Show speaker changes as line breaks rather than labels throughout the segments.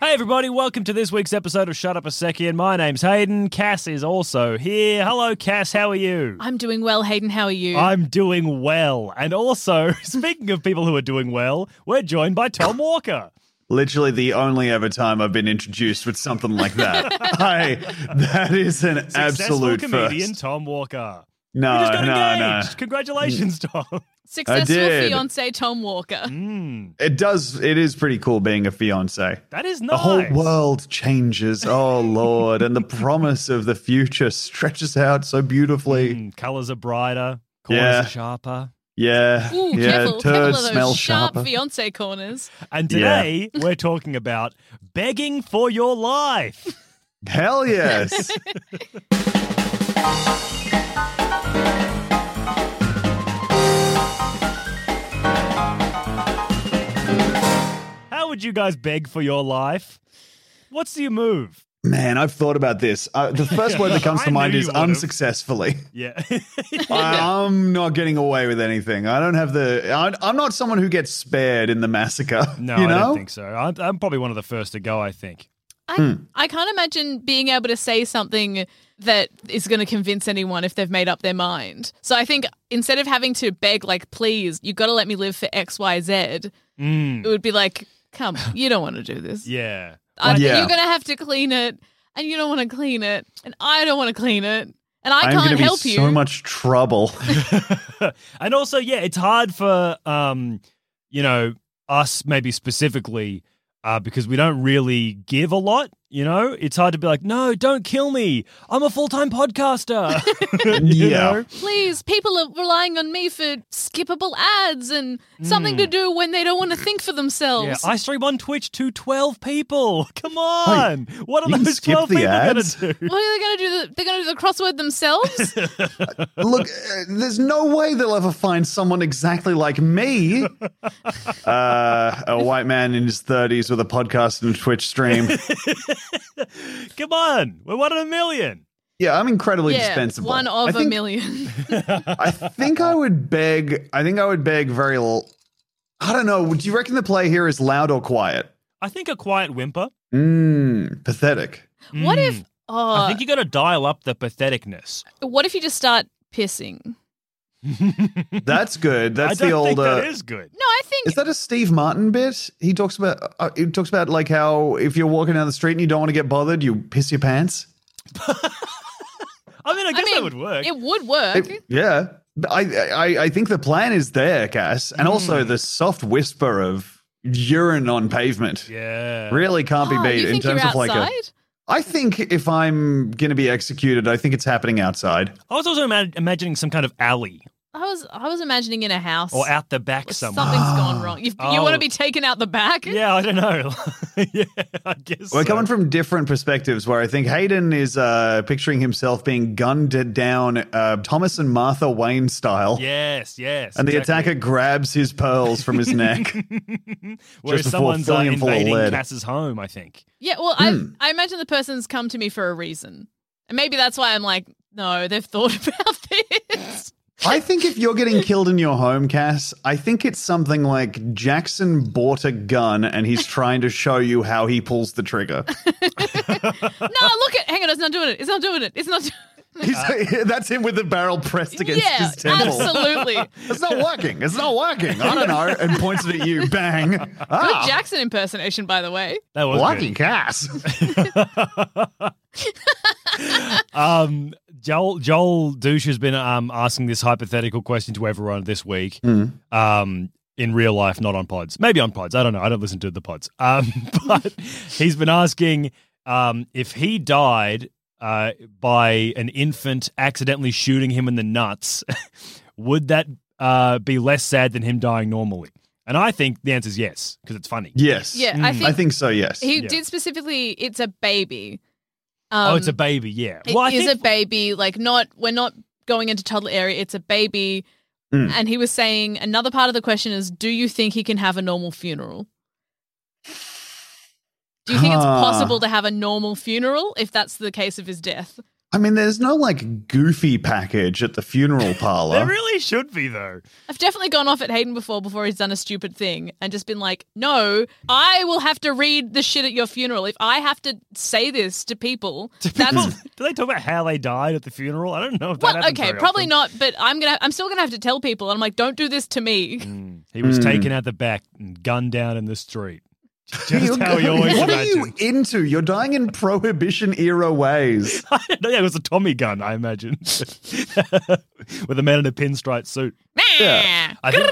Hey everybody, welcome to this week's episode of Shut Up a Second. My name's Hayden. Cass is also here. Hello, Cass. How are you?
I'm doing well, Hayden. How are you?
I'm doing well. And also, speaking of people who are doing well, we're joined by Tom Walker.
Literally the only ever time I've been introduced with something like that. I that is an
Successful
absolute
comedian
first. Ah,
Tom Walker.
No,
You just got
no,
engaged. Congratulations,
Mm.
Tom.
Successful
did. Hmm?
fiance Tom Walker.
Mm,
no. It does. It is pretty cool being a fiance.
that is
The
nice.
whole world changes. Oh Lord, and the promise of the future stretches out so beautifully.
Mm, colors are brighter, corners
Yeah.
are sharper.
Yeah,
Ooh, careful,
yeah.
careful of
turds
those
smell
sharp
sharper.
fiance corners.
And
Yeah.
today we're talking about begging for your life.
Hell yes.
How would you guys beg for your life? What's your move?
Man, I've thought about this. Uh, the first word that comes
I
to mind
knew
is
you would've.
unsuccessfully.
Yeah.
I, I'm not getting away with anything. I don't have the. I, I'm not someone who gets spared in the massacre.
no,
you
I
know?
don't think so. I'm, I'm probably one of the first to go, I think.
I,
Hmm.
I can't imagine being able to say something that is going to convince anyone if they've made up their mind. So I think instead of having to beg, like, please, you got to let me live for X, Y, Z,
Hmm.
it would be like, come, on, you don't want to do this.
Yeah.
I,
Yeah.
You're going to have to clean it, and you don't want to clean it, and I don't want to clean it, and I
I'm
can't
gonna be
help you.
so much trouble.
and also, yeah, it's hard for, um, you know, us maybe specifically uh, because we don't really give a lot. You know, it's hard to be like, no, don't kill me. I'm a full time podcaster. You
Yeah.
know?
please people are relying on me for skippable ads and something to do when they don't want to think for
Hmm. Yeah,
themselves
I stream on Twitch to 12 people. Come on. what
you
are
can
those
skip
12
the
people going
ads.
to do?
what are they going to do the, they're going to do the crossword themselves
Look, uh, there's no way they'll ever find someone exactly like me. Uh, a white man in his 30s with a podcast and a Twitch stream.
Come on. We're one in a million.
Yeah, I'm incredibly
yeah
dispensable.
one
I
of a
think-
million
I think I would beg. I think I would beg very. L- I don't know. Do you reckon the play here is loud or quiet?
I think a quiet whimper.
Mmm, pathetic.
what if
Hmm. I
oh
think you got to dial up the patheticness.
what if you just start pissing
That's good. That's
I don't
the old.
think that
uh,
is good.
no i think
is that a Steve Martin bit? He talks about. Uh, he talks about like how if you're walking down the street and you don't want to get bothered, you piss your pants.
I mean, I guess
I mean,
that would work.
it would work
It- yeah, But I, I I think the plan is there, Cass, and
Hmm.
also the soft whisper of urine on pavement
yeah.
really can't be
Oh,
beat
you
in
think
terms
you're
of like a.
outside?
I think if I'm going to be executed, I think it's happening outside.
I was also ima- imagining some kind of alley
I was I was imagining in a house
or out the back
something's
somewhere.
gone wrong. You, you
Oh.
want to be taken out the back?
yeah, I don't know. yeah, I guess.
We're
so.
coming from different perspectives where I think Hayden is uh, picturing himself being gunned down uh, Thomas and Martha Wayne style.
Yes, yes.
And the
exactly.
attacker grabs his pearls from his neck.
Whereas
just before
someone's uh,
filling him full of
invading
lead.
Cass's home, I think.
Yeah, well,
Hmm.
I I imagine the person's come to me for a reason, and maybe that's why I'm like, no, they've thought about this.
I think if you're getting killed in your home, Cass, I think it's something like Jackson bought a gun and he's trying to show you how he pulls the trigger.
no, look at, hang on, it's not doing it. It's not doing it. It's not. Do-
He's, that's him with the barrel pressed against
yeah,
his temple.
absolutely.
It's not working. It's not working. I don't know. And points it at you. Bang.
Good
Ah,
Jackson impersonation, by the way.
That was
lucky
good.
Cass.
Um, Joel Joel Douche has been um, asking this hypothetical question to everyone this week. Um, in real life, not on pods. Maybe on pods. I don't know. I don't listen to the pods. Um, but he's been asking um, if he died uh, by an infant accidentally shooting him in the nuts, would that uh, be less sad than him dying normally? And I think the answer is yes, because it's funny.
Yes.
Yeah, I think,
I think so, yes.
he
Yeah.
did specifically. It's a baby. Um,
oh, it's a baby. Yeah.
It
I
is
think-
a baby. Like not we're not going into toddler area. It's a baby. And he was saying another part of the question is, do you think he can have a normal funeral? Do you think it's
Ah.
possible to have a normal funeral if that's the case of his death?
I mean, there's no like goofy package at the funeral parlor.
There really should be though.
I've definitely gone off at Hayden before before he's done a stupid thing and just been like, "No, I will have to read the shit at your funeral if I have to say this to people." That's
Do they talk about how they died at the funeral? I don't know if that
well,
happens
okay,
very
probably
often.
not, but I'm going to I'm still going to have to tell people and I'm like, "Don't do this to me."
He was
Hmm.
taken out the back and gunned down in the street. Just how he always
what are you
imagined.
into? You're dying in prohibition era ways.
yeah, it was a Tommy gun, I imagine, with a man in a pinstripe suit.
Yeah.
I think,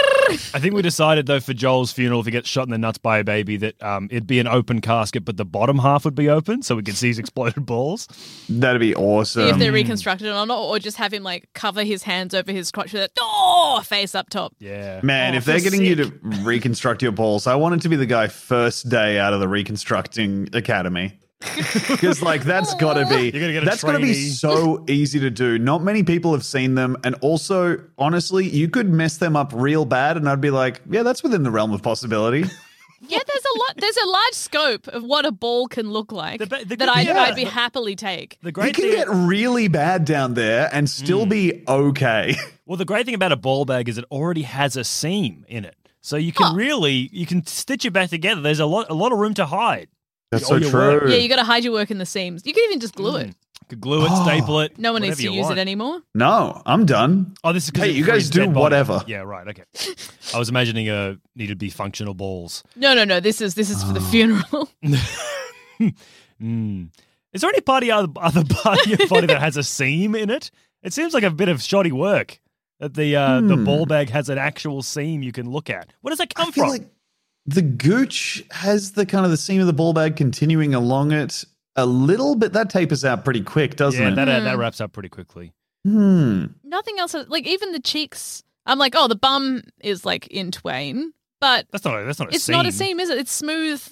I think we decided though for Joel's funeral, if he gets shot in the nuts by a baby, that um, it'd be an open casket, but the bottom half would be open, so we could see his exploded balls.
That'd be awesome.
if
um,
they're reconstructed or not, or just have him like cover his hands over his crotch with a oh, face up top.
Yeah,
Man,
Oh,
if they're
feel
getting you to reconstruct your balls, I wanted to be the guy first day out of the reconstructing academy. Because like that's got to be
You're gonna get a
that's got to be
trainee.
so easy to do. Not many people have seen them, and also honestly, you could mess them up real bad, and I'd be like, yeah, that's within the realm of possibility.
Yeah, there's a lot. There's a large scope of what a ball can look like
The ba- the good
that I'd,
thing-
I'd be happily take.
the
you
great
can
thing. Hmm.
get really bad down there and still be okay.
Well, the great thing about a ball bag is it already has a seam in it, so you can really you can stitch it back together. There's a lot a lot of room to hide.
That's
Oh,
so
you're right.
true.
Yeah, you got to hide your work in the seams. You could even just glue it.
Could glue
Oh.
it, staple it.
No one
Mm. whatever
needs to
you
use
want.
it anymore.
no, I'm done.
Oh, this is 'cause
Hey,
it
you guys
frees
do
dead bodies.
whatever.
Yeah, right. Okay. I was imagining uh needed to be functional balls.
No, no, no. This is this is for the funeral.
Mm. Is there any part of your other, other part of your body that has a seam in it? It seems like a bit of shoddy work that the uh, the ball bag has an actual seam you can look at. Where does that come
Hmm. I feel
from?
like the gooch has the kind of the seam of the ball bag continuing along it a little bit. That tapers out pretty quick, doesn't
yeah,
it?
that uh, that wraps up pretty quickly.
hmm.
Nothing else. Like even the cheeks. I'm like, oh, the bum is like in twain, but
That's not a- that's not a
it's
seam.
not a seam, is it? It's smooth.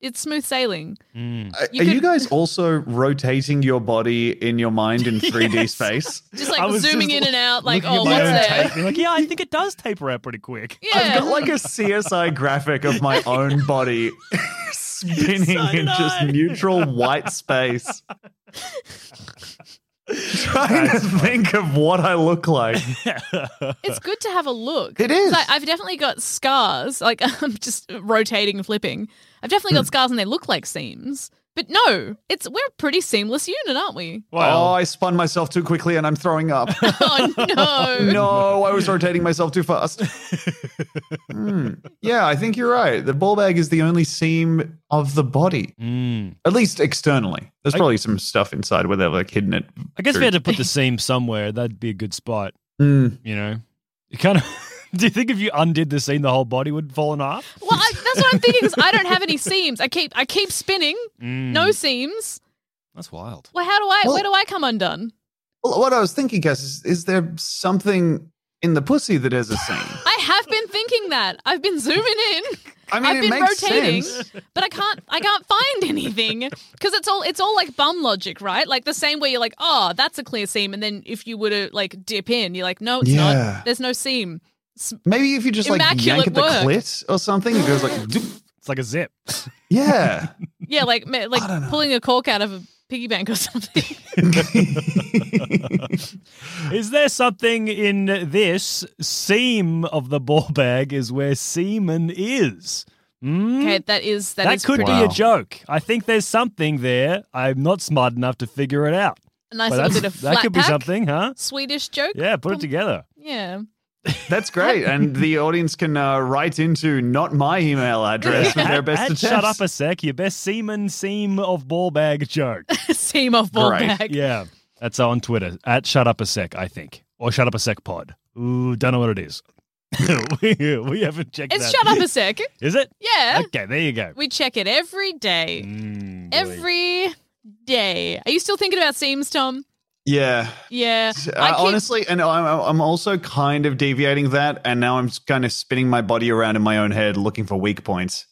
It's smooth sailing.
Mm.
Are-
You
Are you
could-
guys also rotating your body in your mind in 3D
Yes.
space?
Just
I
like
was
zooming
just
in and out. Like,
looking at
oh,
my
what's
own
there?
tape, being like, yeah, I think it does taper out pretty quick.
Yeah.
I've got like a CSI graphic of my own body spinning
So did
in just
I.
neutral white space. Trying to think of what I look like.
It's good to have a look.
It is.
'Cause I, I've definitely got scars. Like I'm just rotating and flipping. I've definitely
Hmm.
got scars, and they look like seams. But no, it's we're a pretty seamless unit, aren't we?
oh,
Well,
I spun myself too quickly and I'm throwing up.
Oh no!
no, I was rotating myself too fast. Hmm. Yeah, I think you're right. The ball bag is the only seam of the body,
Mm.
at least externally. There's probably some stuff inside where they're like hidden it.
I guess if we had to put the seam somewhere. That'd be a good spot.
Hmm.
You know, it kind of. Do you think if you undid the seam, the whole body would fall in half?
Well, I, that's what I'm thinking. Because I don't have any seams. I keep I keep spinning.
Mm.
No seams.
That's wild.
Well, how do I?
Hmm. Well-
where do I come undone?
Well, what I was thinking, Cass, is, is there something in the pussy that has a seam?
I have been thinking that. I've been zooming in.
I mean,
have
it
been
makes
rotating,
sense.
but I can't. I can't find anything because it's all it's all like bum logic, right? Like the same way you're like, oh, that's a clear seam, and then if you were to like dip in, you're like, no, it's
Yeah.
not. There's no seam.
Maybe if you just like yank
Immaculate
at the
work.
clit or something, it goes like, doop.
It's like a zip.
yeah.
Yeah, like ma- like pulling a cork out of a piggy bank or something.
Is there something in this seam of the ball bag is where semen is? Hmm?
okay, that is that,
that
is
could
pretty.
be a
Wow.
joke. I think there's something there. I'm not smart enough to figure it out.
a nice
But
little
that's-
bit of flat
that could be
pack.
something, huh?
Swedish joke.
Yeah, put it together.
Yeah.
That's great. And the audience can uh, write into not my email address with their best
At- at
attempts.
shut up a sec. Your best semen seam of ball bag joke.
seam of ball
Great.
bag.
Yeah. That's on Twitter at Shut Up a Sec, I think, or Shut Up a Sec Pod. Ooh, don't know what it is. we, we haven't checked.
It's
that.
shut up a sec.
Is it?
Yeah.
Okay, there you go.
We check it every day.
Mm, boy.
Every day. Are you still thinking about seams, Tom?
Yeah.
Yeah.
I Uh, honestly, and I'm, I'm also kind of deviating that, and now I'm just kind of spinning my body around in my own head looking for weak points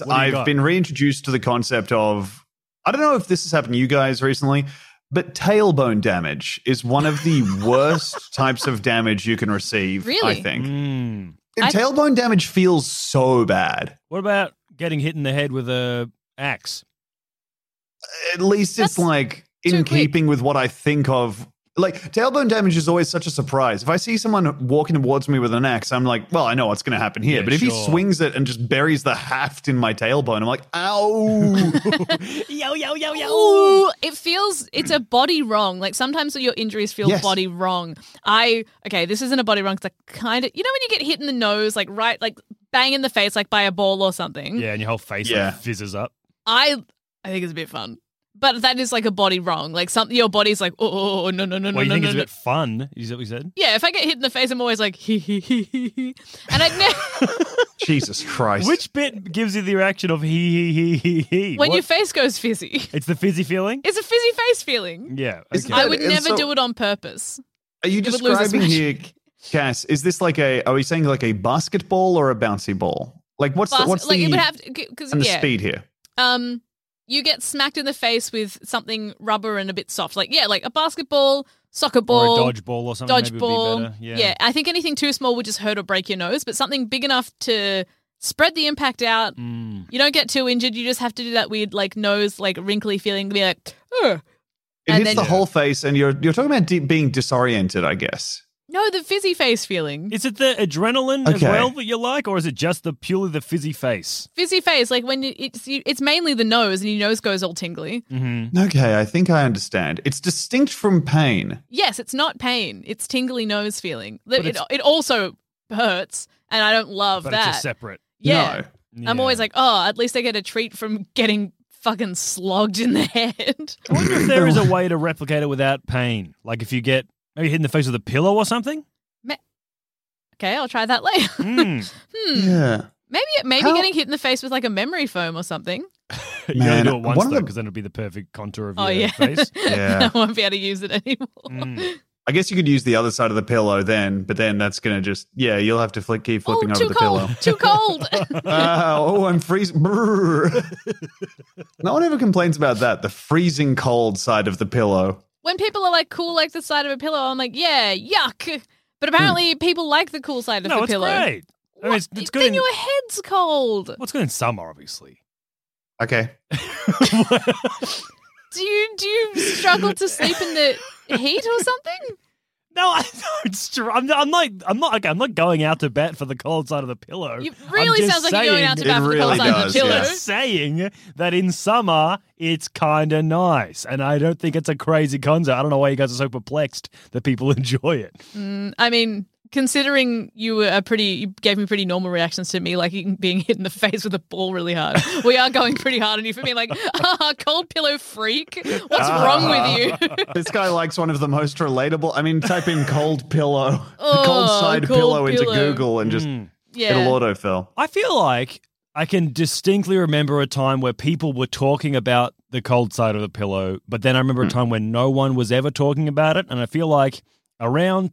What- what do you
I've
got?
been reintroduced to the concept of I don't know if this has happened to you guys recently, but tailbone damage is one of the worst types of damage you can receive.
Really?
I think
Mm.
And
I-
tailbone damage feels so bad.
What about getting hit in the head with a axe?
At least
That's
it's like
too
in
quick.
keeping with what I think of. Like tailbone damage is always such a surprise. If I see someone walking towards me with an axe, I'm like, well, I know what's going to happen here.
Yeah,
but if he
sure.
swings it and just buries the haft in my tailbone, I'm like, ow.
Yo yo yo
Ooh, it feels it's a body wrong. Like sometimes your injuries feel
Yes.
body wrong. I okay, this isn't a body wrong. 'cause I kind of you know when you get hit in the nose, like right, like bang in the face, like by a ball or something.
Yeah, and your whole face
Yeah.
like, fizzes up.
I I think it's a bit fun, but that is like a body wrong. Like something your body's like oh, oh, oh, no no no
well,
no
you
no
think
no.
it's a
no.
bit fun? Is that what you said?
yeah, if I get hit in the face, I'm always like hee hee hee hee hee, and I never
Jesus Christ.
Which bit gives you the reaction of he he he he he?
when
What?
your face goes fizzy,
it's the fizzy feeling.
it's a fizzy face feeling.
Yeah.
Isn't
okay.
I
Yeah,
would
and
never
so-
do it on purpose.
are you
would lose its
describing here,
magic.
Cass? Is this like a? Are we saying like a basketball or a bouncy ball? Like what's
Bas-
the, what's
like
the
it would have because
and the
yeah,
speed here?
um you get smacked in the face with something rubber and a bit soft like yeah like a basketball soccer ball
or a dodgeball or something. maybe would be
dodgeball
better. Yeah.
i think anything too small would just hurt or break your nose but something big enough to spread the impact out
Mm.
you don't get too injured you just have to do that weird like nose like wrinkly feeling be like "Ugh."
It
and
hits
then-
the whole face, and you're you're talking about de- being disoriented, I guess.
no the fizzy face feeling
Is it the adrenaline as
Okay.
well that you like, or is it just the purely the fizzy face?
fizzy face like when you, it's you, it's mainly the nose and your nose goes all tingly
Mm-hmm.
Okay, I think I understand. It's distinct from pain.
Yes, it's not pain. It's tingly nose feeling. It, it,
it's-
it also hurts, and I don't love
But
that.
it's just separate.
yeah. I'm
Yeah.
always like, oh, at least I get a treat from getting fucking slogged in the head.
I wonder if there is a way to replicate it without pain. Like if you get maybe hit in the face with a pillow or something.
okay, I'll try that later.
Mm.
hmm.
Yeah.
Maybe maybe
How-
getting hit in the face with like a memory foam or something.
you only
Man,
do it once
one of
though,
the-
because then it'll be the perfect contour of
Oh
your
yeah,
face.
Yeah.
I won't be able to use it anymore.
Mm.
I guess you could use the other side of the pillow then, but then that's going to just, yeah, you'll have to flick, keep
Oh,
flipping over
too
the
cold,
pillow.
too cold.
Ah, oh, I'm freezing. Brrr. no one ever complains about that, the freezing cold side of the pillow.
when people are like cool, like the side of a pillow, I'm like, yeah, yuck. But apparently, people like the cool side of
Hmm. No, it's
the pillow.
great. I mean,
What?
it's, it's good
then
in
your head's cold.
what's good in summer, obviously.
Okay.
Do you do you struggle to sleep in the heat or something?
No, I don't. str- I'm not. I'm not. I'm not. Okay, I'm not going out to bat for the cold side of the pillow.
It
I'm
really
just
sounds like you're going out to
it
bat for the cold
really
side of
does,
the
yeah.
pillow.
Just saying that in summer it's kind of nice, and I don't think it's a crazy concept. I don't know why you guys are so perplexed that people enjoy it.
I mean, considering you were a pretty, you gave me pretty normal reactions to me, like being hit in the face with a ball really hard. we are going pretty hard on you for being like, ah, cold pillow freak. What's
Ah.
wrong with you?
This guy likes one of the most relatable. I mean, type in cold pillow, the cold
Oh,
side
cold
pillow, into
pillow.
Google and just
Mm.
yeah.
it'll autofill.
I feel like I can distinctly remember a time where people were talking about the cold side of the pillow, but then I remember a time when no one was ever talking about it. And I feel like around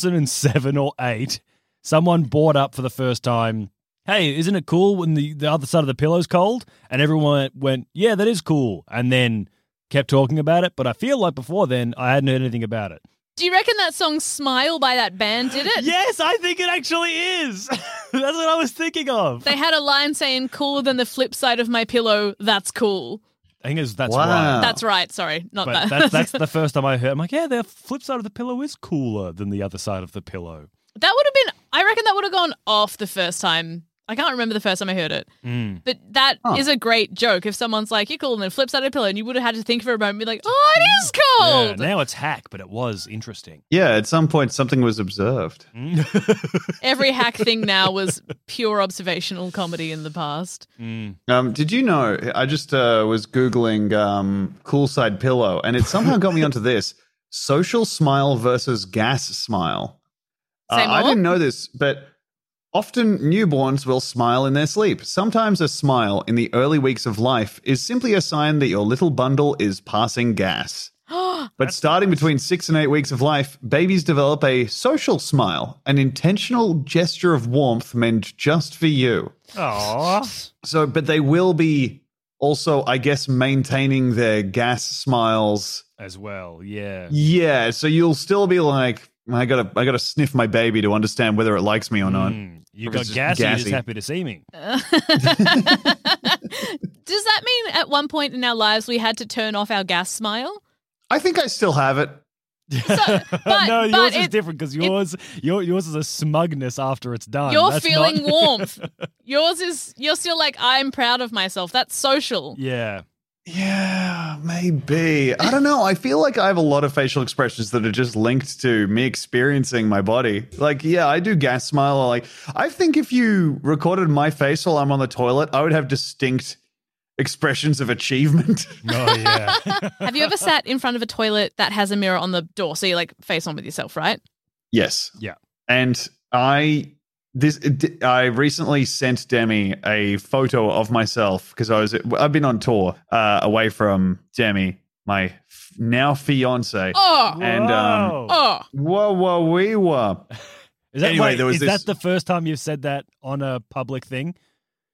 2007 or 8, someone brought up for the first time, hey, isn't it cool when the, the other side of the pillow's cold? And everyone went, yeah, that is cool. And then kept talking about it. But I feel like before then, I hadn't heard anything about it.
Do you reckon that song Smile by that band did it?
Yes, I think it actually is. That's what I was thinking of.
They had a line saying, cooler than the flip side of my pillow, that's cool.
I think it's, that's
Wow.
right.
That's right. Sorry, not
But
that.
Ah. that's, that's the first time I heard. I'm like, yeah, the flip side of the pillow is cooler than the other side of the pillow.
That would have been. I reckon that would have gone off the first time I can't remember the first time I heard it.
Mm.
But that is a great joke. If someone's like, you're cool, and then flips out a pillow, and you would have had to think for a moment and be like, oh, it
Mm.
is
Yeah,
cold.
now it's hack, but it was interesting.
Yeah, at some point something was observed.
Every hack thing now was pure observational comedy in the past.
Um, did you know? I just uh, was googling um, cool side pillow, and it somehow got me onto this social smile versus gas smile. Uh,
Same
I
old?
didn't know this, but often newborns will smile in their sleep. Sometimes a smile in the early weeks of life is simply a sign that your little bundle is passing gas. But starting between six and eight weeks of life, babies develop a social smile, an intentional gesture of warmth meant just for you.
Aww.
So, but they will be also, I guess, maintaining their gas smiles.
As well, yeah.
Yeah. So you'll still be like, I gotta, I gotta sniff my baby to understand whether it likes me or not.
Mm, You
Or
got
it's just
gassy, you're just
gassy.
happy to see me.
Does that mean at one point in our lives we had to turn off our gas smile?
I think I still have it.
So, but,
no,
but
yours is
it-
different because yours, your, yours is a smugness after it's done.
You're
That's
feeling
not-
warmth. Yours is you're still like I'm proud of myself. That's social.
yeah.
Yeah, maybe. I don't know. I feel like I have a lot of facial expressions that are just linked to me experiencing my body. Like, yeah, I do gas smile. Or like, I think if you recorded my face while I'm on the toilet, I would have distinct expressions of achievement.
Oh, yeah.
Have you ever sat in front of a toilet that has a mirror on the door so you like face on with yourself, right?
Yes.
Yeah.
And I this I recently sent Demi a photo of myself because I was I've been on tour uh, away from Demi, my f- now fiance.
Oh.
And, um,
Whoa.
Oh.
Whoa, whoa, wee, whoa.
is that,
anyway,
wait,
there was
is
this-
that the first time you've said that on a public thing?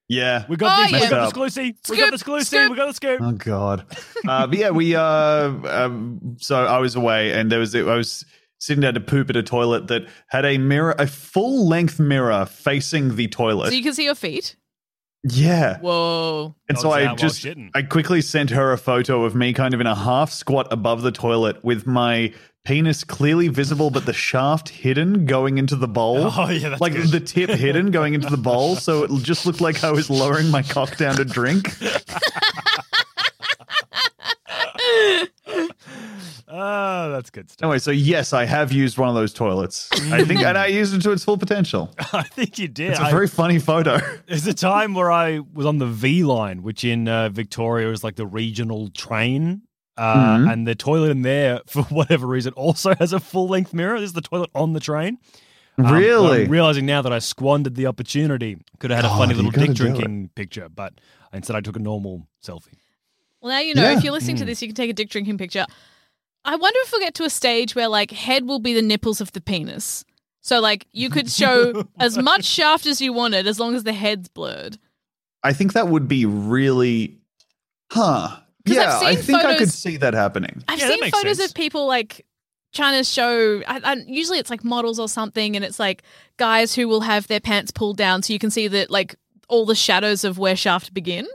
Yeah.
We got
Oh,
this. We
yeah.
got the
Messed
exclusive. We got the
Scoop,
exclusive.
scoop.
We got the scoop.
Oh God. Uh, but yeah, we. Uh, um, so I was away, and there was I was sitting down to poop at a toilet that had a mirror, a full length mirror facing the toilet.
So you can see your feet.
yeah.
Whoa.
And so
Dogs out
I
while
just
shitting.
I quickly sent her a photo of me kind of in a half squat above the toilet with my penis clearly visible but the shaft hidden going into the bowl.
Oh, yeah, that's
like
good.
the tip hidden going into the bowl, so it just looked like I was lowering my cock down to drink.
Oh, that's good stuff.
Anyway, so yes, I have used one of those toilets. I think and I used it to its full potential.
I think you did.
It's a
I-
very funny photo.
There's a time where I was on the V line, which in uh, Victoria is like the regional train. Uh,
Mm-hmm.
And the toilet in there, for whatever reason, also has a full length mirror. This is the toilet on the train. Um, but
really?
I'm realizing now that I squandered the opportunity. Could have had a funny
God,
little
you gotta
dick
do it.
drinking picture, but instead I took a normal selfie.
Well, now you know
Yeah.
if you're listening to this, you can take a dick drinking picture. I wonder if we'll get to a stage where like head will be the nipples of the penis. So like you could show as much shaft as you wanted as long as the head's blurred.
I think that would be really huh.
'Cause I've
Yeah, I
seen
think I could
photos-
see that happening.
I've
Yeah, that
seen
makes
photos
sense.
of people like trying to show. I, I, usually, it's like models or something, and it's like guys who will have their pants pulled down so you can see that like all the shadows of where shaft begin.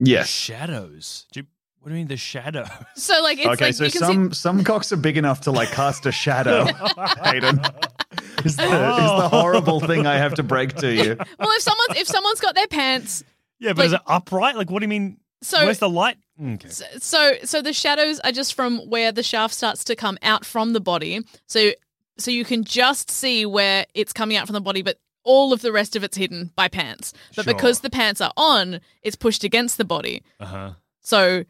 Yes.
Shadows. Do you, what do you mean the shadow?
So like it's
okay,
like
so
you can
some some cocks are big enough to like cast a shadow. Hayden, is the,
Oh.
is the horrible thing I have to break to you?
see. Well, if someone's if someone's got their pants,
Yeah, but
Like-
is it upright? Like, what do you mean?
So-
where's the light? Mm, Okay.
so so the shadows are just from where the shaft starts to come out from the body. So so you can just see where it's coming out from the body, but. All of the rest of it's hidden by pants, but
Sure.
because the pants are on, it's pushed against the body.
Uh huh.
So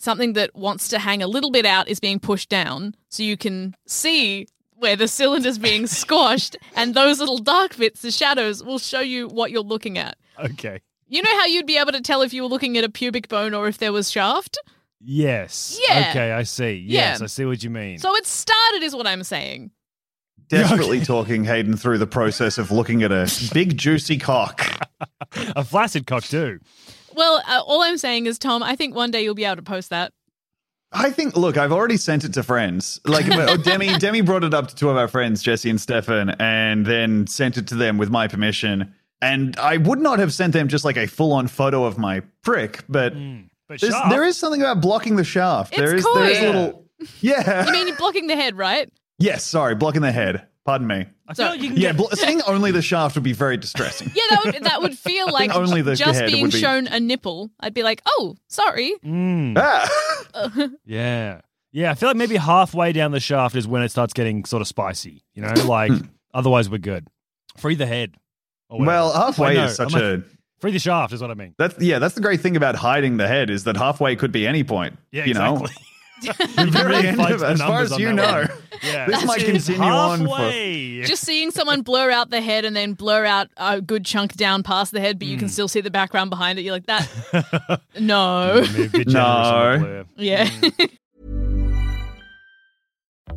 something that wants to hang a little bit out is being pushed down so you can see where the cylinder's being squashed and those little dark bits, the shadows, will show you what you're looking at.
Okay.
You know how you'd be able to tell if you were looking at a pubic bone or if there was shaft?
Yes.
Yeah.
Okay, I see.
Yeah.
Yes, I see what you mean.
So it started is what I'm saying.
Desperately talking Hayden through the process of looking at a big juicy cock.
a flaccid cock too.
Well, uh, all I'm saying is, Tom, I think one day you'll be able to post that.
I think. Look, I've already sent it to friends. Like but- oh, Demi, Demi brought it up to two of our friends, Jesse and Stefan, and then sent it to them with my permission. And I would not have sent them just like a full on photo of my prick, but.
But
There's,
sharp.
there is something about blocking the shaft.
It's
there is there is a
coy.
little yeah.
I mean, you're blocking the head, right?
yes, sorry, blocking the head. Pardon me.
I feel
So-
like you can
Yeah,
get
bl- seeing only the shaft would be very distressing.
Yeah, that would, that would feel like
think only the
just
head
being
would be-
shown a nipple. I'd be like, oh, sorry.
Mm,
Ah.
yeah. Yeah, I feel like maybe halfway down the shaft is when it starts getting sort of spicy, you
Hmm.
know? Like, otherwise we're good. Free the head. or whatever.
Well, halfway
Wait, no,
is such
am I-
a
Free the shaft is what I mean.
that's yeah. That's the great thing about hiding the head is that halfway could be any point.
Yeah,
you know,
exactly.
The very
really
end
fudged
of-
the
as far
numbers
as
on
you
that
know,
one. Yeah.
this might continue on for.
Halfway.
Just seeing someone blur out the head and then blur out a good chunk down past the head, but you
Hmm.
can still see the background behind it. You're like, that. no.
Maybe a bit generous on the blur.
yeah.
Hmm.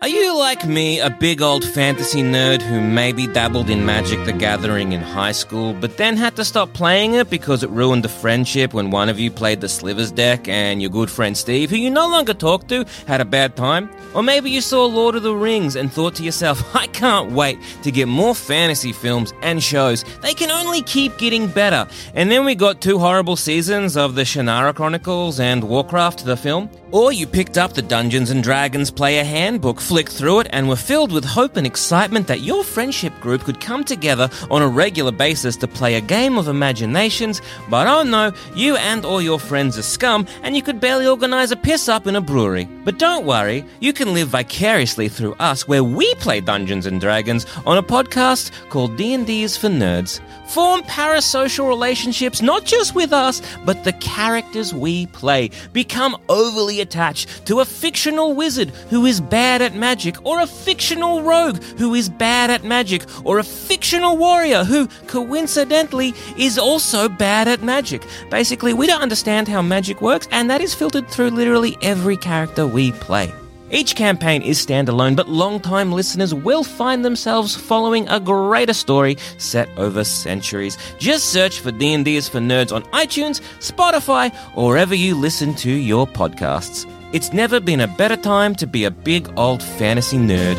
Are you like me, a big old fantasy nerd who maybe dabbled in Magic the Gathering in high school, but then had to stop playing it because it ruined the friendship when one of you played the Slivers deck and your good friend Steve, who you no longer talk to, had a bad time? Or maybe you saw Lord of the Rings and thought to yourself, I can't wait to get more fantasy films and shows. They can only keep getting better. And then we got two horrible seasons of the Shannara Chronicles and Warcraft the film. Or you picked up the Dungeons and Dragons player handbook, flicked through it, and were filled with hope and excitement that your friendship group could come together on a regular basis to play a game of imaginations. But oh no, you and all your friends are scum, and you could barely organize a piss up in a brewery. But don't worry, you can live vicariously through us, where we play Dungeons and Dragons on a podcast called D&D's for Nerds. Form parasocial relationships not just with us, but the characters we play. Become overly attached to a fictional wizard who is bad at magic, or a fictional rogue who is bad at magic, or a fictional warrior who, coincidentally, is also bad at magic. Basically, we don't understand how magic works, and that is filtered through literally every character we play. Each campaign is standalone, but long-time listeners will find themselves following a greater story set over centuries. Just search for D&D is for Nerds on iTunes, Spotify, or wherever you listen to your podcasts. It's never been a better time to be a big old fantasy nerd.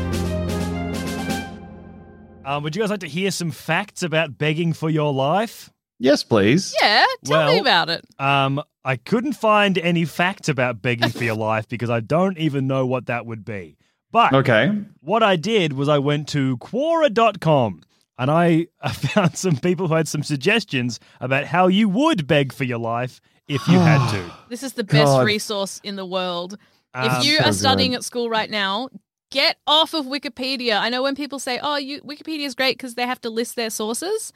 Um, would you guys like to hear some facts about begging for your life?
Yes, please.
Yeah. Tell me
Well-
about it.
Um, I couldn't find any facts about begging for your life because I don't even know what that would be. But
Okay.
what I did was I went to Quora.com and I I found some people who had some suggestions about how you would beg for your life if you had to.
This is the best
God.
resource in the world.
Um,
if you
so
are studying
good.
at school right now, get off of Wikipedia. I know when people say, "Oh, you, Wikipedia is great because they have to list their sources."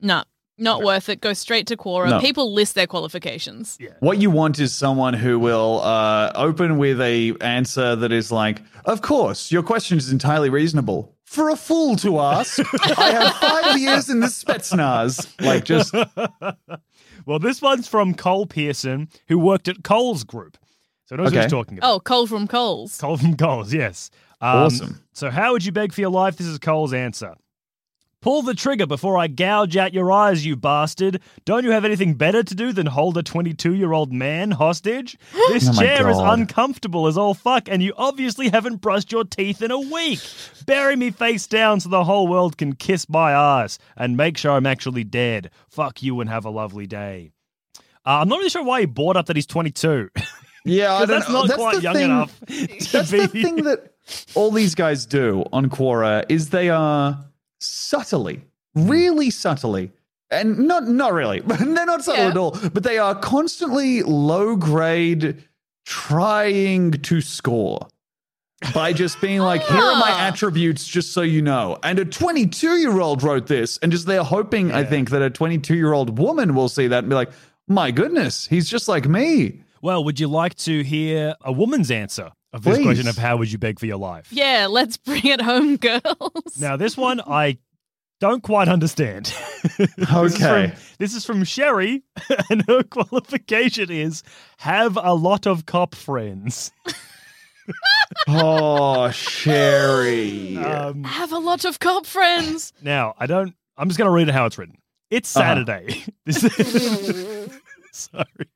No, not worth it. Go straight to Quora.
No.
People list their qualifications.
What you want is someone who will uh, open with a answer that is like, "Of course, your question is entirely reasonable for a fool to ask." I have five years in the Spetsnaz. Like, just
well, this one's from Cole Pearson, who worked at Cole's Group. So knows what
Okay.
he's talking about.
Oh, Cole from Coles.
Cole from Coles, yes. Um,
Awesome.
So, how would you beg for your life? This is Cole's answer. Pull the trigger before I gouge out your eyes, you bastard. Don't you have anything better to do than hold a 22 year old man hostage? This
Oh my
chair is
God.
uncomfortable as all fuck, and you obviously haven't brushed your teeth in a week. Bury me face down so the whole world can kiss my ass and make sure I'm actually dead. Fuck you and have a lovely day. Uh, I'm not really sure why he brought up that he's 22.
Yeah, I
'Cause
don't
that's
know.
not quite
the
young
thing-
enough to
That's the
be-
thing that all these guys do on Quora is they are subtly,
Hmm.
really subtly, and not not really, but they're not subtle
Yeah.
at all. But they are constantly low grade, trying to score by just being like, here are my
Ah.
attributes, just so you know. And a 22 year old wrote this, and just they're hoping, I think, that a 22 year old woman will see that and be like, my goodness, he's just like me.
well, would you like to hear a woman's answer of this
Please.
question of how would you beg for your life?
Yeah, let's bring it home, girls.
Now, this one I don't quite understand. This is from-
Okay.
this is from Sherry, and her qualification is have a lot of cop friends.
Oh, Sherry.
Um,
Have a lot of cop friends.
Now, I don't. I'm just going to read it how it's written. It's
Uh-huh.
Saturday. This is- Sorry.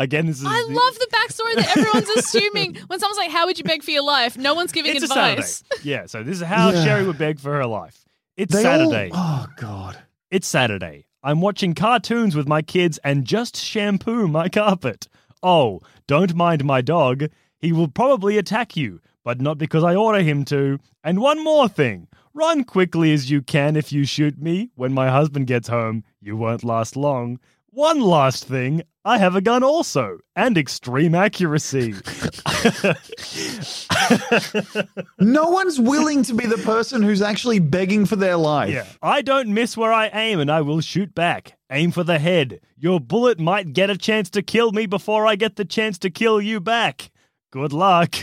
Again, this is.
I
the-
love the backstory that everyone's assuming when someone's like, "How would you beg for your life?" No one's giving
It's a
advice.
Saturday. Yeah. So this is how
Yeah.
Sherry would beg for her life. It's
They all-
Saturday.
oh, God.
It's Saturday. I'm watching cartoons with my kids and just shampoo my carpet. Oh, don't mind my dog. He will probably attack you, but not because I order him to. And one more thing. Run quickly as you can if you shoot me. When my husband gets home, you won't last long. One last thing. I have a gun also, and extreme accuracy.
No one's willing to be the person who's actually begging for their life.
Yeah. I don't miss where I aim and I will shoot back. Aim for the head. Your bullet might get a chance to kill me before I get the chance to kill you back. Good luck.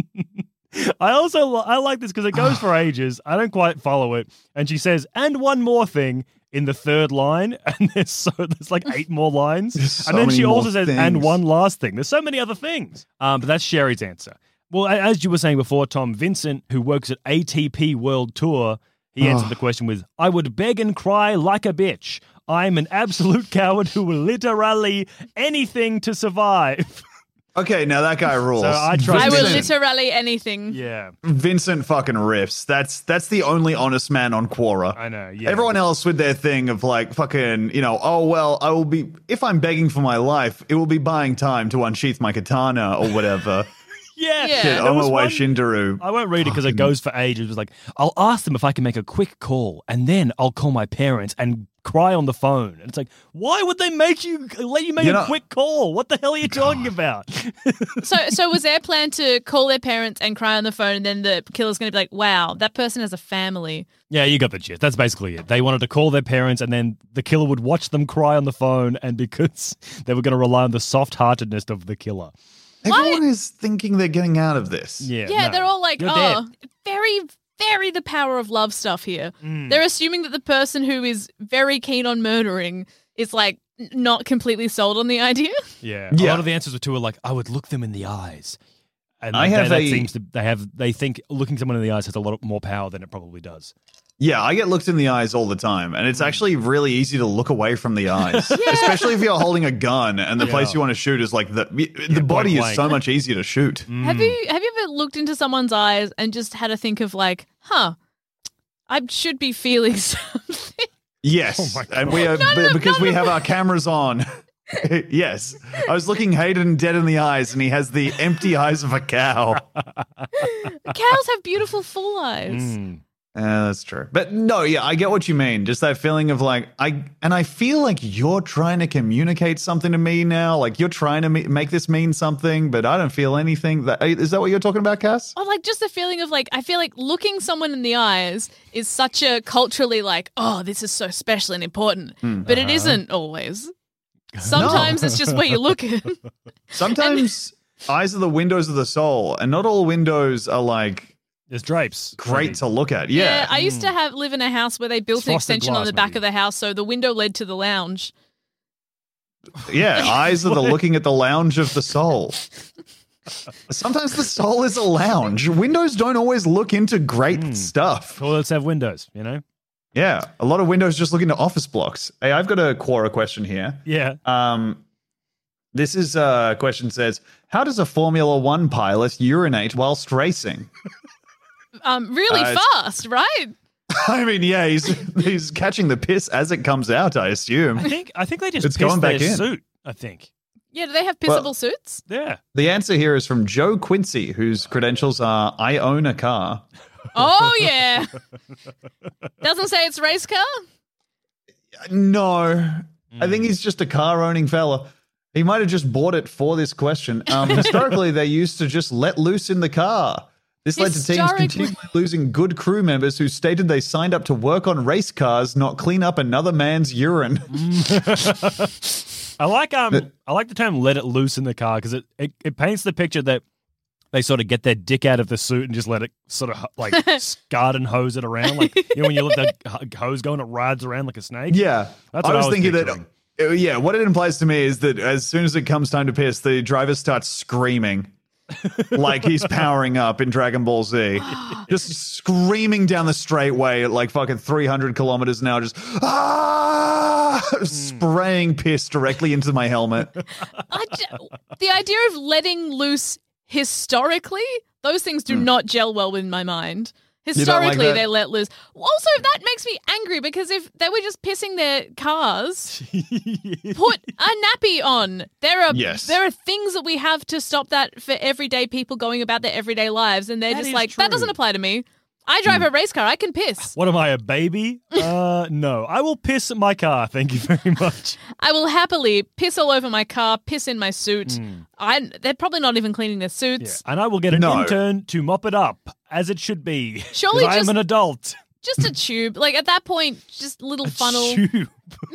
I also li- I like this because it goes for ages. I don't quite follow it. And she says, "And one more thing." In the third line, and there's so there's like eight more lines,
There's so
and then she
many more
also says, "And
things."
one last thing." There's so many other things, um, but that's Sherry's answer. Well, a- as you were saying before, Tom Vincent, who works at ATP World Tour, he answered the question with, I would beg and cry like a bitch. I'm an absolute coward who will literally anything to survive.
Okay, now that guy rules.
So I trust
I will
Vincent.
literally anything.
yeah,
Vincent fucking riffs. That's that's the only honest man on Quora.
I know. Yeah.
Everyone else with their thing of like fucking, you know, oh well, I will be if I'm begging for my life, it will be buying time to unsheath my katana or whatever.
Yeah.
Yeah.
Shit,
There
on my
was
way
one- Uh,
Shindaru.
I won't read it because it goes for ages. It was like, I'll ask them if I can make a quick call and then I'll call my parents and cry on the phone. And it's like, why would they make you let you make
You
a
know-
quick call? What the hell are you talking about?
So, so was their plan to call their parents and cry on the phone, and then the killer's going to be like, "Wow, that person has a family."
Yeah, you got the gist. That's basically it. They wanted to call their parents, and then the killer would watch them cry on the phone, and because they were going to rely on the soft heartedness of the killer.
Everyone is thinking they're getting out of this.
Yeah,
Yeah,
no.
they're all like,
You're
"Oh,
dead.
very, very the power of love stuff here."
Mm.
They're assuming that the person who is very keen on murdering is like n- not completely sold on the idea.
yeah. A
Yeah.
lot of the answers were too are like, I would look them in the eyes, and
I
they-
have
that
a-
seems to they have they think looking someone in the eyes has a lot more power than it probably does.
Yeah, I get looked in the eyes all the time, and it's actually really easy to look away from the eyes, especially if you're holding a gun and the place you want to shoot is like the the body is
blank.
so much easier to shoot.
Mm.
Have you have you ever looked into someone's eyes and just had a think of like, "Huh, I should be feeling something."
Yes, and we are b- because we have our cameras on. yes, I was looking Hayden dead in the eyes, and he has the empty eyes of a cow. Uh,
Cows have beautiful full eyes.
Mm.
Eh, that's true, but no, yeah, I get what you mean. Just that feeling of like I and I feel like you're trying to communicate something to me now. Like you're trying to me- make this mean something, but I don't feel anything. That eh, is that what you're talking about, Cass?
Or like just the feeling of like I feel like looking someone in the eyes is such a culturally like oh this is so special and important,
Hmm.
but
Uh-huh.
it isn't always. Sometimes it's just where you're looking.
Sometimes eyes are the windows of the soul, and not all windows are like
There's drapes.
great to look at.
yeah,
Yeah.
I used to have live in a house where they built
It's
an
frosted
extension on
glass,
the back
maybe.
of the house, so the window led to the lounge.
Yeah, eyes are the looking at the lounge of the soul. Sometimes the soul is a lounge. Windows don't always look into great stuff.
Toilets have windows. You know.
Yeah, a lot of windows just look into office blocks. Hey, I've got a Quora question here.
Yeah.
Um, this is a uh, question says, how does a Formula One pilot urinate whilst racing?
Um, really
Uh,
fast, right?
I mean, yeah, he's he's catching the piss as it comes out. I
I
assume
think I think they just
It's
pissed
going back
their
in.
suit. I think.
Yeah, do they have
Well-
pissable suits?
Yeah.
the answer here is from Joe Quincy, whose credentials are I own a car.
Oh yeah. Doesn't say it's race car.
No, I think he's just a car owning fella. He might have just bought it for this question. Um, historically, they used to just let loose in the car. This led to teams
Historically.
continually losing good crew members who stated they signed up to work on race cars, not clean up another man's urine.
I like um I like the term "let it loose" in the car because it, it it paints the picture that they sort of get their dick out of the suit and just let it sort of like scud and hose it around, like you know when you let the h- hose go and it rides around like a snake.
Yeah,
That's what I was
thinking
picturing.
that. uh, Yeah, what it implies to me is that as soon as it comes time to piss, the driver starts screaming. like he's powering up in Dragon Ball Z, just screaming down the straightway at like fucking 300 kilometers an hour, just ah,
Hmm.
spraying piss directly into my helmet.
I ju- the idea of letting loose historically, those things do not gel well in my mind.
Hmm. don't like
Historically,
that?
they let loose. Also, that makes me angry because if they were just pissing their cars, put a nappy on. There are
Yes.
there are things that we have to stop that for everyday people going about their everyday lives, and they're
That
just
is
like
true.
that doesn't apply to me. I
Hmm.
drive a race car. I can piss.
What am I, a baby? Uh, no. I will piss at my car. Thank you very much.
I will happily piss all over my car, piss in my suit.
Hmm.
I they're probably not even cleaning their
Yeah.
suits.
And I will get an
No.
intern to mop it up as it should be. 'cause
Surely
I am
just-
an adult.
Just a tube. Like at that point, just little funnel.
Shoot.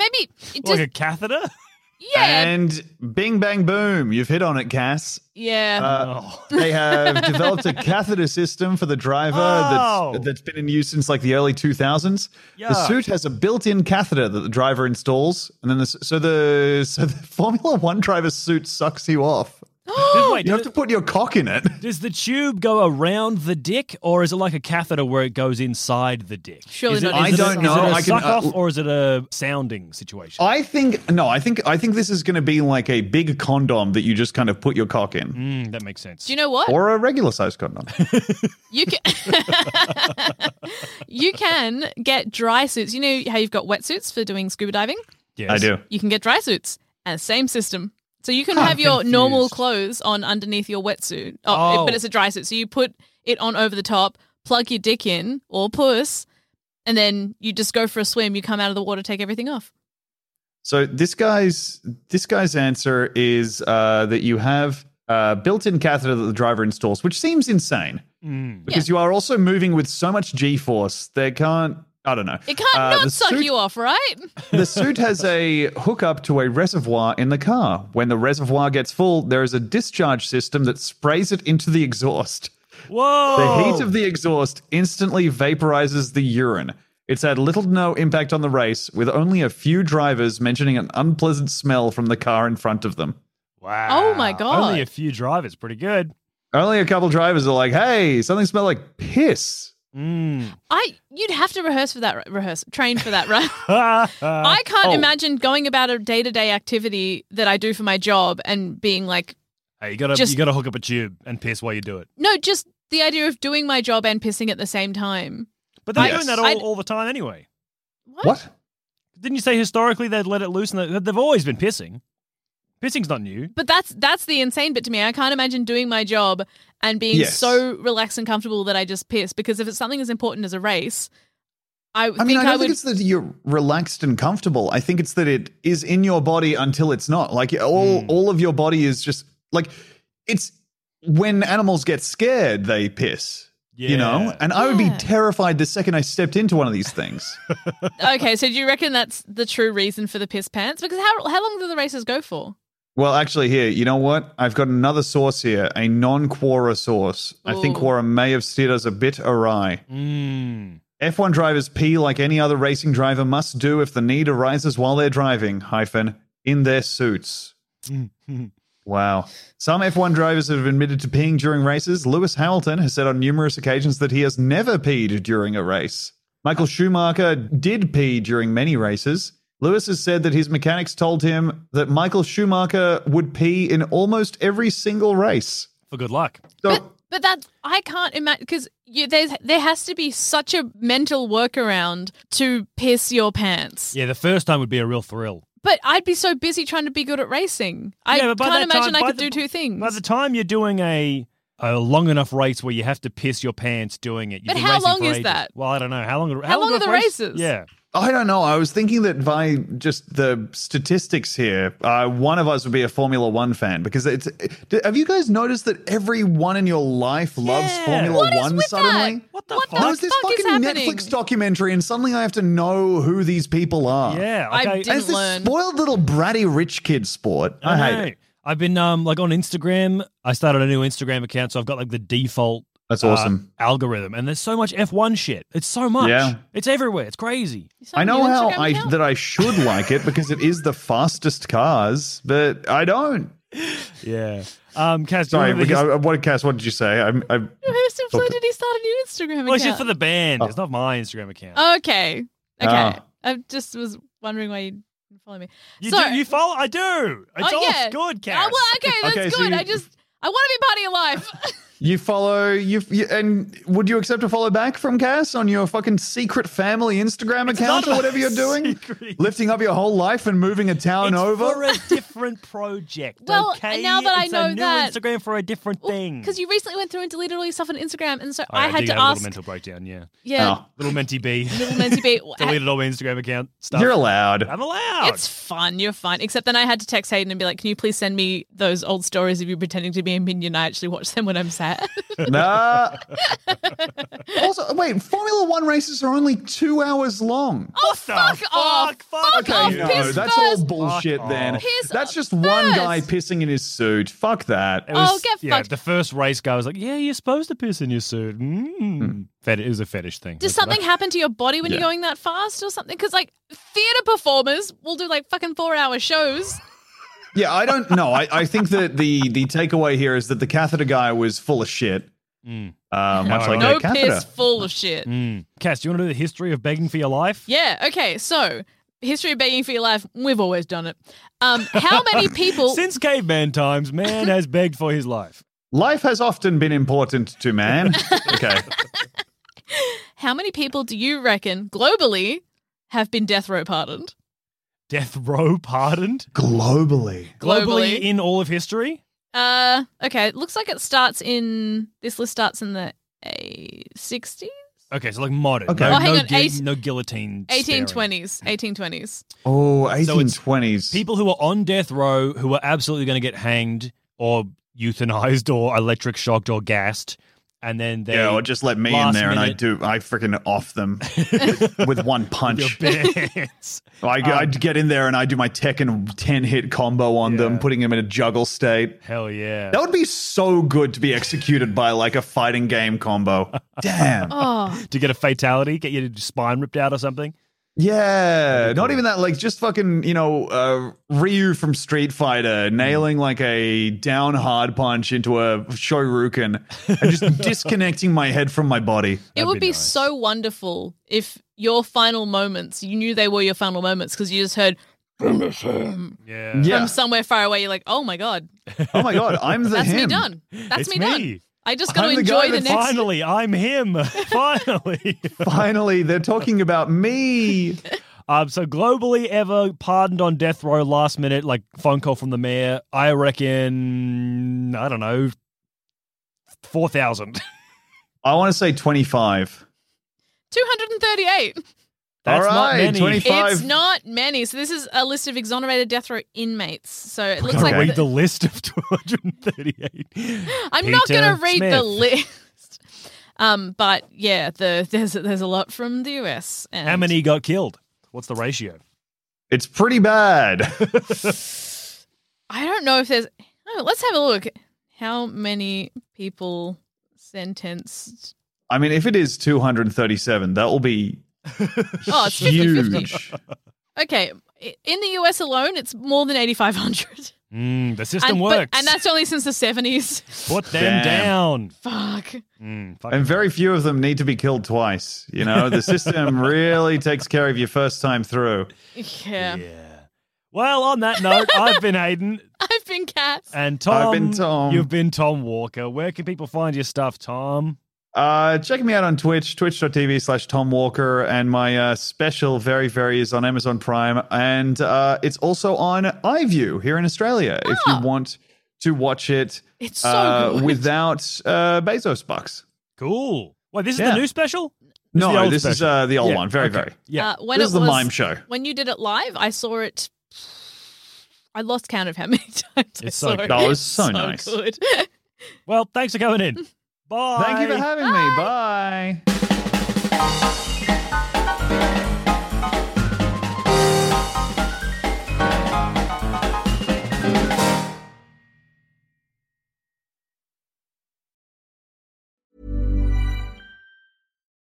Maybe it
Like
just
a catheter?
yeah,
And bing, bang, boom, you've hit on it, Cass.
yeah.
Uh, They have developed a catheter system for the driver
Oh.
that's, that's been in use since like the early 2000s.
Yeah.
The suit has a built-in catheter that the driver installs, and then the, so the so the Formula One driver's suit sucks you off.
Oh!
Did- wait,
You have
did-
to put your cock in it.
Does the tube go around the dick, or is it like a catheter where it goes inside the dick?
Surely
Is it-
not
is it
I
a-
don't
know.
Is it a
I can-
suck off,
uh, Oh.
or is it a sounding situation?
I think no. I think I think this is going to be like a big condom that you just kind of put your cock in,
Mm, that makes sense.
Do you know what?
or a regular sized condom.
You can you can get dry suits. You know how you've got wetsuits for doing scuba diving?
Yes.
I do.
You can get dry suits and same system. So you can have your
confused.
normal clothes on underneath your wetsuit. Oh,
Oh.
but it's a dry suit. So you put it on over the top, plug your dick in or puss, and then you just go for a swim. You come out of the water, take everything off.
So this guy's this guy's answer is uh, that you have a built-in catheter that the driver installs, which seems insane
Mm.
because you are also moving with so much G-force they can't. I don't know.
It can't
Uh, the
not suck
suit-
you off, right?
The suit has a hookup to a reservoir in the car. When the reservoir gets full, there is a discharge system that sprays it into the exhaust.
Whoa!
The heat of the exhaust instantly vaporizes the urine. It's had little to no impact on the race, with only a few drivers mentioning an unpleasant smell from the car in front of them.
wow.
Oh my God.
Ah, Only a few drivers. Pretty good.
Only a couple drivers are like, hey, something smelled like piss.
Mm.
I you'd have to rehearse for that re- rehearse train for that right?
I
I can't
oh.
imagine going about a day-to-day activity that I do for my job and being like
Hey, you gotta
Just-
you gotta hook up a tube and piss while you do it.
no just the idea of doing my job and pissing at the same time.
But they're
Yes.
doing that all,
I-
all the time anyway.
What?
What?
Didn't you say historically they'd let it loose and they- they've always been pissing? Pissing's not new.
But that's that's the insane bit to me. I can't imagine doing my job and being
Yes.
so relaxed and comfortable that I just piss because if it's something as important as a race, I,
I
think
mean, I don't
I would
think it's that you're relaxed and comfortable. I think it's that it is in your body until it's not. Like all all of your body is just like it's when animals get scared, they piss. You know?
Yeah.
And I would be
Yeah.
terrified the second I stepped into one of these things.
Okay, so do you reckon that's the true reason for the piss pants? Because how how long do the races go for?
well, actually, here, you know what? I've got another source here, a non Quora source. I think
Ooh.
Quora may have steered us a bit awry.
Mm.
F1 drivers pee like any other racing driver must do if the need arises while they're driving, hyphen, in their suits. wow. Some F1 drivers have admitted to peeing during races. Lewis Hamilton has said on numerous occasions that he has never peed during a race. Michael Schumacher did pee during many races. Lewis has said that his mechanics told him that Michael Schumacher would pee in almost every single race.
For good luck.
So
But that's I can't imagine because there's there has to be such a mental workaround to piss your pants.
Yeah, the first time would be a real thrill.
But I'd be so busy trying to be good at racing. I
Yeah, but by
can't
that
imagine
time-
I
by
could
the-
do two things.
By the time you're doing a a long enough race where you have to piss your pants doing it, you've
But
been
how
racing
long
for
is
ages.
that?
Well, I don't know how long. How,
long
do
are the
race-
races?
Yeah,
I don't know. I was thinking that by just the statistics here, uh, one of us would be a Formula One fan because it's. d- have you guys noticed that everyone in your life loves
Yeah.
Formula
What
is
One
with
suddenly?
that?
What the
What
fuck?
There
What
was this
fuck is
fucking
happening?
Netflix documentary, and suddenly I have to know who these people are.
yeah.
I
Okay.
did-
And it's this
learn.
spoiled little bratty rich kid sport. I,
know.
hate it.
I've been um like on Instagram. I started a new Instagram account, so I've got like the default
That's
uh,
awesome.
algorithm, and there's so much F1 shit. It's so much.
Yeah.
it's everywhere. It's crazy.
You saw my
I know
new
how
Instagram
I
account?
that I should like it because it is the fastest cars, but I don't.
Yeah. Um, Kaz, do you
Sorry,
remember the his-
I, I- what Cass? What did you say? I, I
Who simply did he start a new Instagram
well, it's
account?
just for the band.
Oh.
It's not my Instagram
Oh,
account.
Okay. Okay.
Ah.
I just was wondering why you didn't follow me.
you
so-
do. You follow? I do. It's
oh
all
yeah.
good, Kaz.
Oh, well, okay, that's
Okay, so
good.
you-
I just I want to be part of your life.
You follow you, you and would you accept a follow back from Cass on your fucking secret family Instagram account
not
or whatever
my
you're doing?
secret.
Lifting up your whole life and moving a town
It's
over.
for a different project.
Well,
okay?
now that I
It's
know
a new
that-
Instagram for a different thing.
Because you recently went through and deleted all your stuff on Instagram, and so
Oh,
I,
yeah,
had
did
to
have a
ask.
little mental breakdown. Yeah,
Yeah,
Oh,
little menti b.
little meant to be.
Deleted all my Instagram account stuff.
you're allowed.
I'm allowed.
It's fun. You're fine. Except then I had to text Hayden and be like, "Can you please send me those old stories of you pretending to be a minion? I actually watch them when I'm sad."
nah. also, wait. Formula One races are only two hours long.
oh,
the
fuck, off!
fuck? Fuck
Fuck off!
you.
piss
no, that's
first.
all bullshit.
Fuck
Then
off.
Piss
that's just one guy
first.
pissing in his suit. Fuck that.
It
Oh, get
yeah,
fucked.
The first race guy was like, "Yeah, you're supposed to piss in your suit." Mm. Fet- it was a fetish thing.
Does
That's what I-
something happen to your body when
Yeah.
you're going that fast or something? Because like theater performers will do like fucking four hour shows.
Yeah, I don't know. I, I think that the the takeaway here is that the catheter guy was full of shit.
Mm.
Uh, much like
no
their catheter.
piss, full of shit.
Mm. Cass, do you want to do the history of begging for your life?
Yeah. Okay. So history of begging for your life. We've always done it. Um, how many people?
Since caveman times, man has begged for his life.
Life has often been important to man. okay.
how many people do you reckon globally have been death row pardoned?
Death row pardoned
Globally.
globally
Globally.
in all of history.
Uh, okay. It looks like it starts in this list starts in the a sixties,
Okay, so like modern.
Okay.
No,
Oh, hang
no
on,
gui-
eight-
no guillotine.
eighteen
sparing.
twenties, eighteen twenties.
Oh,
So it's
1820s.
People who are on death row who are absolutely going to get hanged or euthanized or electric shocked or gassed, and then they
yeah, or just let me in
last
there and I
minute-
do. I freaking off them with one
your
punch.
bands.
I, I'd get in there and I do my Tekken 10 hit combo on them,
Um, Yeah.
putting them in a juggle state.
Hell yeah!
That would be so good to be executed by like a fighting game combo. Damn.
Oh,
to get a fatality, get your spine ripped out or something.
Yeah, not even that. Like just fucking, you know, uh, Ryu from Street
Mm.
Fighter nailing like a down hard punch into a Shoryuken and just disconnecting my head from my body.
it would
be
be
nice.
so wonderful if your final moments you knew they were your final moments because you just heard
Yeah,
Yeah.
from somewhere far away. You're like, oh my god,
Oh my god, I'm the
that's
him.
me done. That's
It's
me,
me.
done. I just got
I'm
to
the guy
enjoy the
that
next.
Finally, I'm him. Finally.
Finally, they're talking about me.
um, so globally ever pardoned on death row last minute, like phone call from the mayor, I reckon, I don't know, 4,000.
I want to say 25.
238.
That's
All
not
right,
many.
25.
It's not many. So this is a list of exonerated death row inmates. So it looks
Can I
like
read
the-
the list of 238.
I'm not
Peter
going to read the
Smith.
list. Um, but yeah, the there's there's a lot from the US. And
How many got killed? What's the ratio?
It's pretty bad.
I don't know if there's. Oh, let's have a look. How many people sentenced?
I mean, if it is 237, that will be
Oh, it's 50
huge.
Okay, i- in the US alone, it's more than 8,500.
Mm, the system
and,
works.
But, and that's only since the 70s.
Put them
Damn.
down.
Fuck.
Mm, fucking-
And very few of them need to be killed twice. You know, the system really takes care of you first time through.
Yeah.
yeah. Well, on that note, I've been Hayden
I've been cats.
and Tom.
I've been Tom.
You've been Tom Walker. Where can people find your stuff, Tom?
Uh, check me out on Twitch, twitch.tv slash Tom Walker. And my uh, special, Very Very, is on Amazon Prime. And uh, it's also on iView here in Australia if you want to watch it
Ah. It's so
uh,
good.
without uh, Bezos bucks.
Cool. Wait, this is
Yeah.
the new special?
no,
the old
this is
special.
uh, the old
Yeah,
one. Very
okay.
Very.
Yeah.
Uh, when
this
it
is the
was,
mime show.
When you did it live, I saw it. I lost count of how many times I
It's so
saw
good.
it.
That was so nice.
Good.
well, thanks for coming in. Bye.
Thank you for having me. Bye.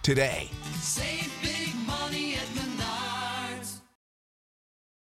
today. Save big